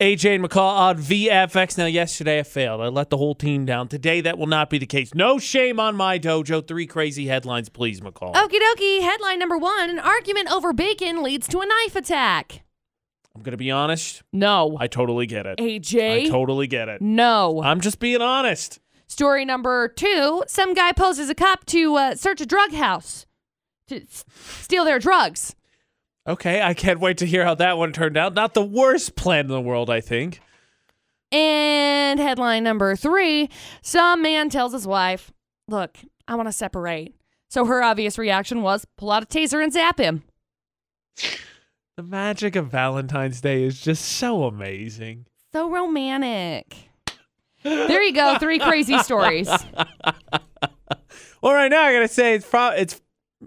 AJ and McCall on VFX. Now, yesterday I failed. I let the whole team down. Today that will not be the case. No shame on my dojo. Three crazy headlines, please, McCall. Okie dokie, headline number one an argument over bacon leads to a knife attack. I'm going to be honest. No. I totally get it. AJ? I totally get it. no. I'm just being honest. Story number two some guy poses as a cop to uh, search a drug house to s- steal their drugs. Okay, I can't wait to hear how that one turned out. Not the worst plan in the world, I think. And headline number three some man tells his wife, Look, I want to separate. So her obvious reaction was pull out a taser and zap him. The magic of Valentine's Day is just so amazing. So romantic. There you go. Three crazy stories. Well, right now I gotta say it's pro- it's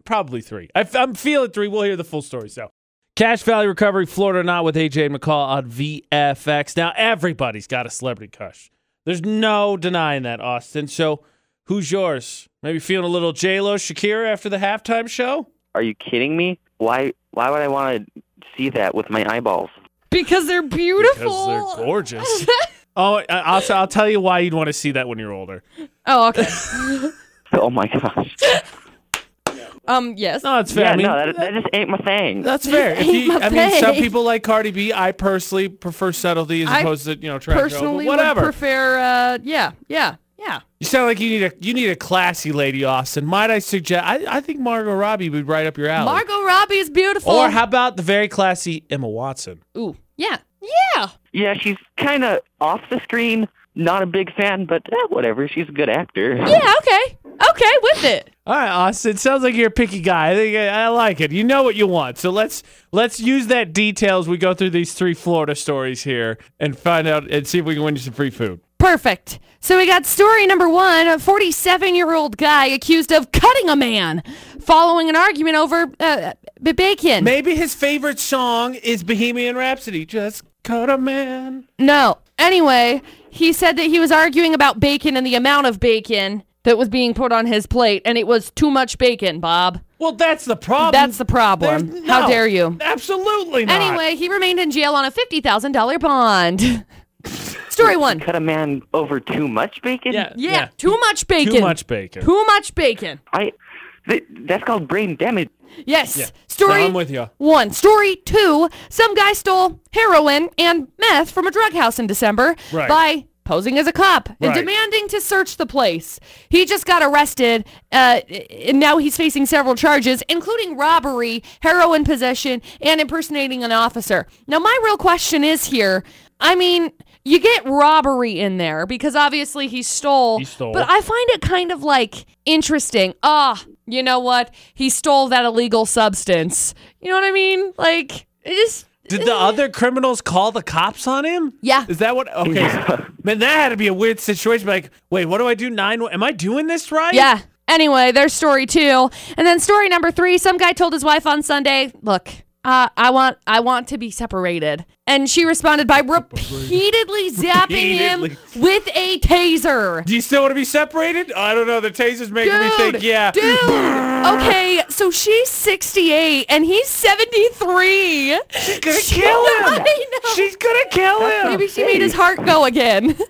probably three. I f- I'm feeling three. We'll hear the full story. So, cash value recovery, Florida or not, with AJ and McCall on VFX. Now everybody's got a celebrity crush. There's no denying that, Austin. So, who's yours? Maybe feeling a little J Lo, Shakira after the halftime show. Are you kidding me? Why why would I want to see that with my eyeballs? Because they're beautiful. Because they're gorgeous. oh, I- I'll, I'll tell you why you'd want to see that when you're older. oh, okay. Oh my gosh. Um, yes. No, it's fair. Yeah, I mean, no, that, that just ain't my thing. that's fair. If you, ain't my I mean, some thing. people like Cardi B. I personally prefer subtlety as I opposed to you know trash. Personally, but would whatever. prefer. Uh, yeah, yeah, yeah. you sound like you need a you need a classy lady, Austin. Might I suggest? I, I think Margot Robbie would right up your alley. Margot Robbie is beautiful. or how about the very classy Emma Watson? Ooh, yeah, yeah. Yeah, she's kind of off the screen. Not a big fan, but eh, whatever. She's a good actor. Yeah, okay. Okay, with it. All right, Austin. Sounds like you're a picky guy. I think I, I like it. You know what you want. So let's let's use that detail as we go through these three Florida stories here and find out and see if we can win you some free food. Perfect. So we got story number one a 47 year old guy accused of cutting a man following an argument over uh, b- bacon. Maybe his favorite song is Bohemian Rhapsody. Just cut a man. no. Anyway, he said that he was arguing about bacon and the amount of bacon that was being put on his plate, and it was too much bacon, Bob. Well, that's the problem. That's the problem. Um, There's- How no, dare you? Absolutely not. Anyway, he remained in jail on a $50,000 bond. story one. Cut a man over too much bacon? Yeah. Yeah, too much bacon. Too much bacon. Too much bacon. I. Th- that's called brain damage. Yes. Yeah. Story No, I'm with you. one. Story two. Some guy stole heroin and meth from a drug house in December Right. by posing as a cop and Right. demanding to search the place. He just got arrested, uh, and now he's facing several charges, including robbery, heroin possession, and impersonating an officer. Now, my real question is here. I mean. You get robbery in there because obviously he stole. He stole. But I find it kind of like interesting. Ah, you know what? He stole that illegal substance. You know what I mean? Like, it just. Did the other criminals call the cops on him? Yeah. Is that what? Okay. Man, that had to be a weird situation. Like, wait, what do I do? Nine? Am I doing this right? Yeah. Anyway, there's story two, and then story number three. Some guy told his wife on Sunday, "Look, uh, I want, I want to be separated," and she responded by repeatedly zapping Repeatedly. him with a taser. Do you still want to be separated? I don't know. The taser's making me Dude, think. Yeah. dude. Okay, so she's 68 and he's 73. She's Gonna kill him. She's gonna kill him. Maybe she made his heart go again.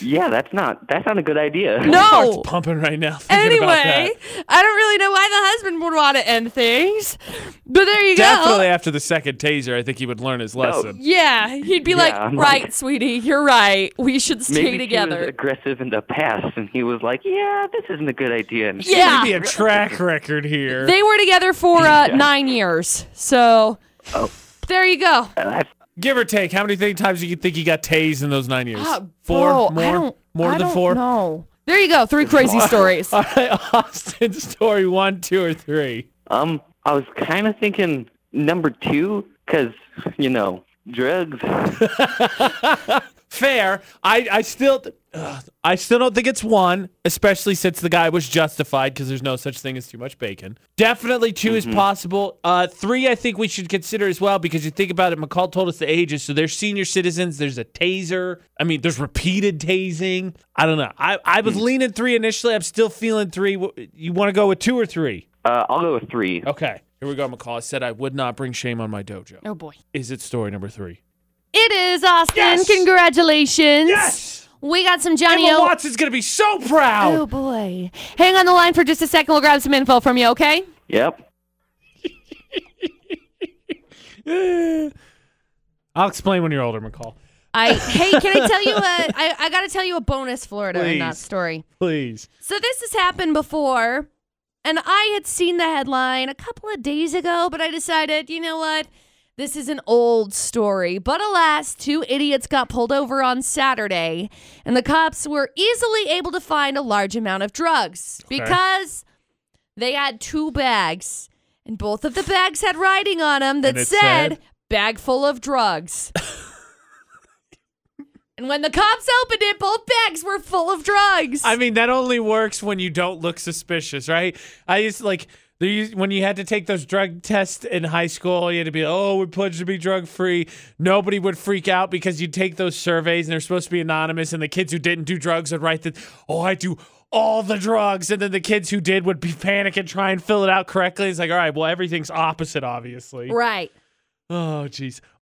Yeah, that's not. That's not a good idea. Heart's No. pumping right now. thinking about Anyway, that. I don't really know why the husband would want to end things, but there you Definitely go. after the second taser, I think he would learn his lesson. Yeah, he'd be Yeah, like, I'm "Right, like- sweetie, you're right. We should stay Maybe she was together." aggressive in the past, and he was like, "Yeah, this isn't a good idea." And Yeah, Maybe a track record here. they were together for uh, nine years, so there you go. that's- Give or take, how many th- times do you think he got tased in those nine years? Ah, Uh, four bro, more, I don't, more I than don't four. know. There you go. Three crazy stories. All right, Austin, story one, two, or three. um, I was kind of thinking number two, because you know, drugs. Uh, Fair. I, I still, ugh, I still don't think it's one, especially since the guy was justified because there's no such thing as too much bacon. Definitely 2 is possible. Uh, three, I think we should consider as well because you think about it. McCall told us the ages, so there's senior citizens. There's a taser. I mean, there's repeated tasing. I don't know. I, I was leaning three initially. I'm still feeling three. W- You want to go with two or three? Uh, I'll go with Oh. three. Okay. Here we go, McCall. I said I would not bring shame on my dojo. oh boy. Is it story number three? It is Austin. Yes! Congratulations. Yes! We got some Johnny Emma O. Watson's gonna be so proud. Oh boy. Hang on the line for just a second. We'll grab some info from you, okay? Yep. I'll explain when you're older, McCall. I hey, can I tell you a I, I gotta tell you a bonus Florida in that Please. story. Please. So this has happened before, and I had seen the headline a couple of days ago, but I decided, you know what? This is an old story. But alas, two idiots got pulled over on Saturday, and the cops were easily able to find a large amount of drugs because they had two bags, and both of the bags had writing on them that And it said, said- bag full of drugs. and when the cops opened it, both bags were full of drugs. I mean, that only works when you don't look suspicious, right? I used to, like there used, when you had to take those drug tests in high school, you had to be, oh, we pledge to be drug free. Nobody would freak out because you'd take those surveys and they're supposed to be anonymous, and the kids who didn't do drugs would write that, oh, I do all the drugs, and then the kids who did would be panic and try and fill it out correctly. It's like, all right, well, everything's opposite, obviously. Right. Oh, jeez.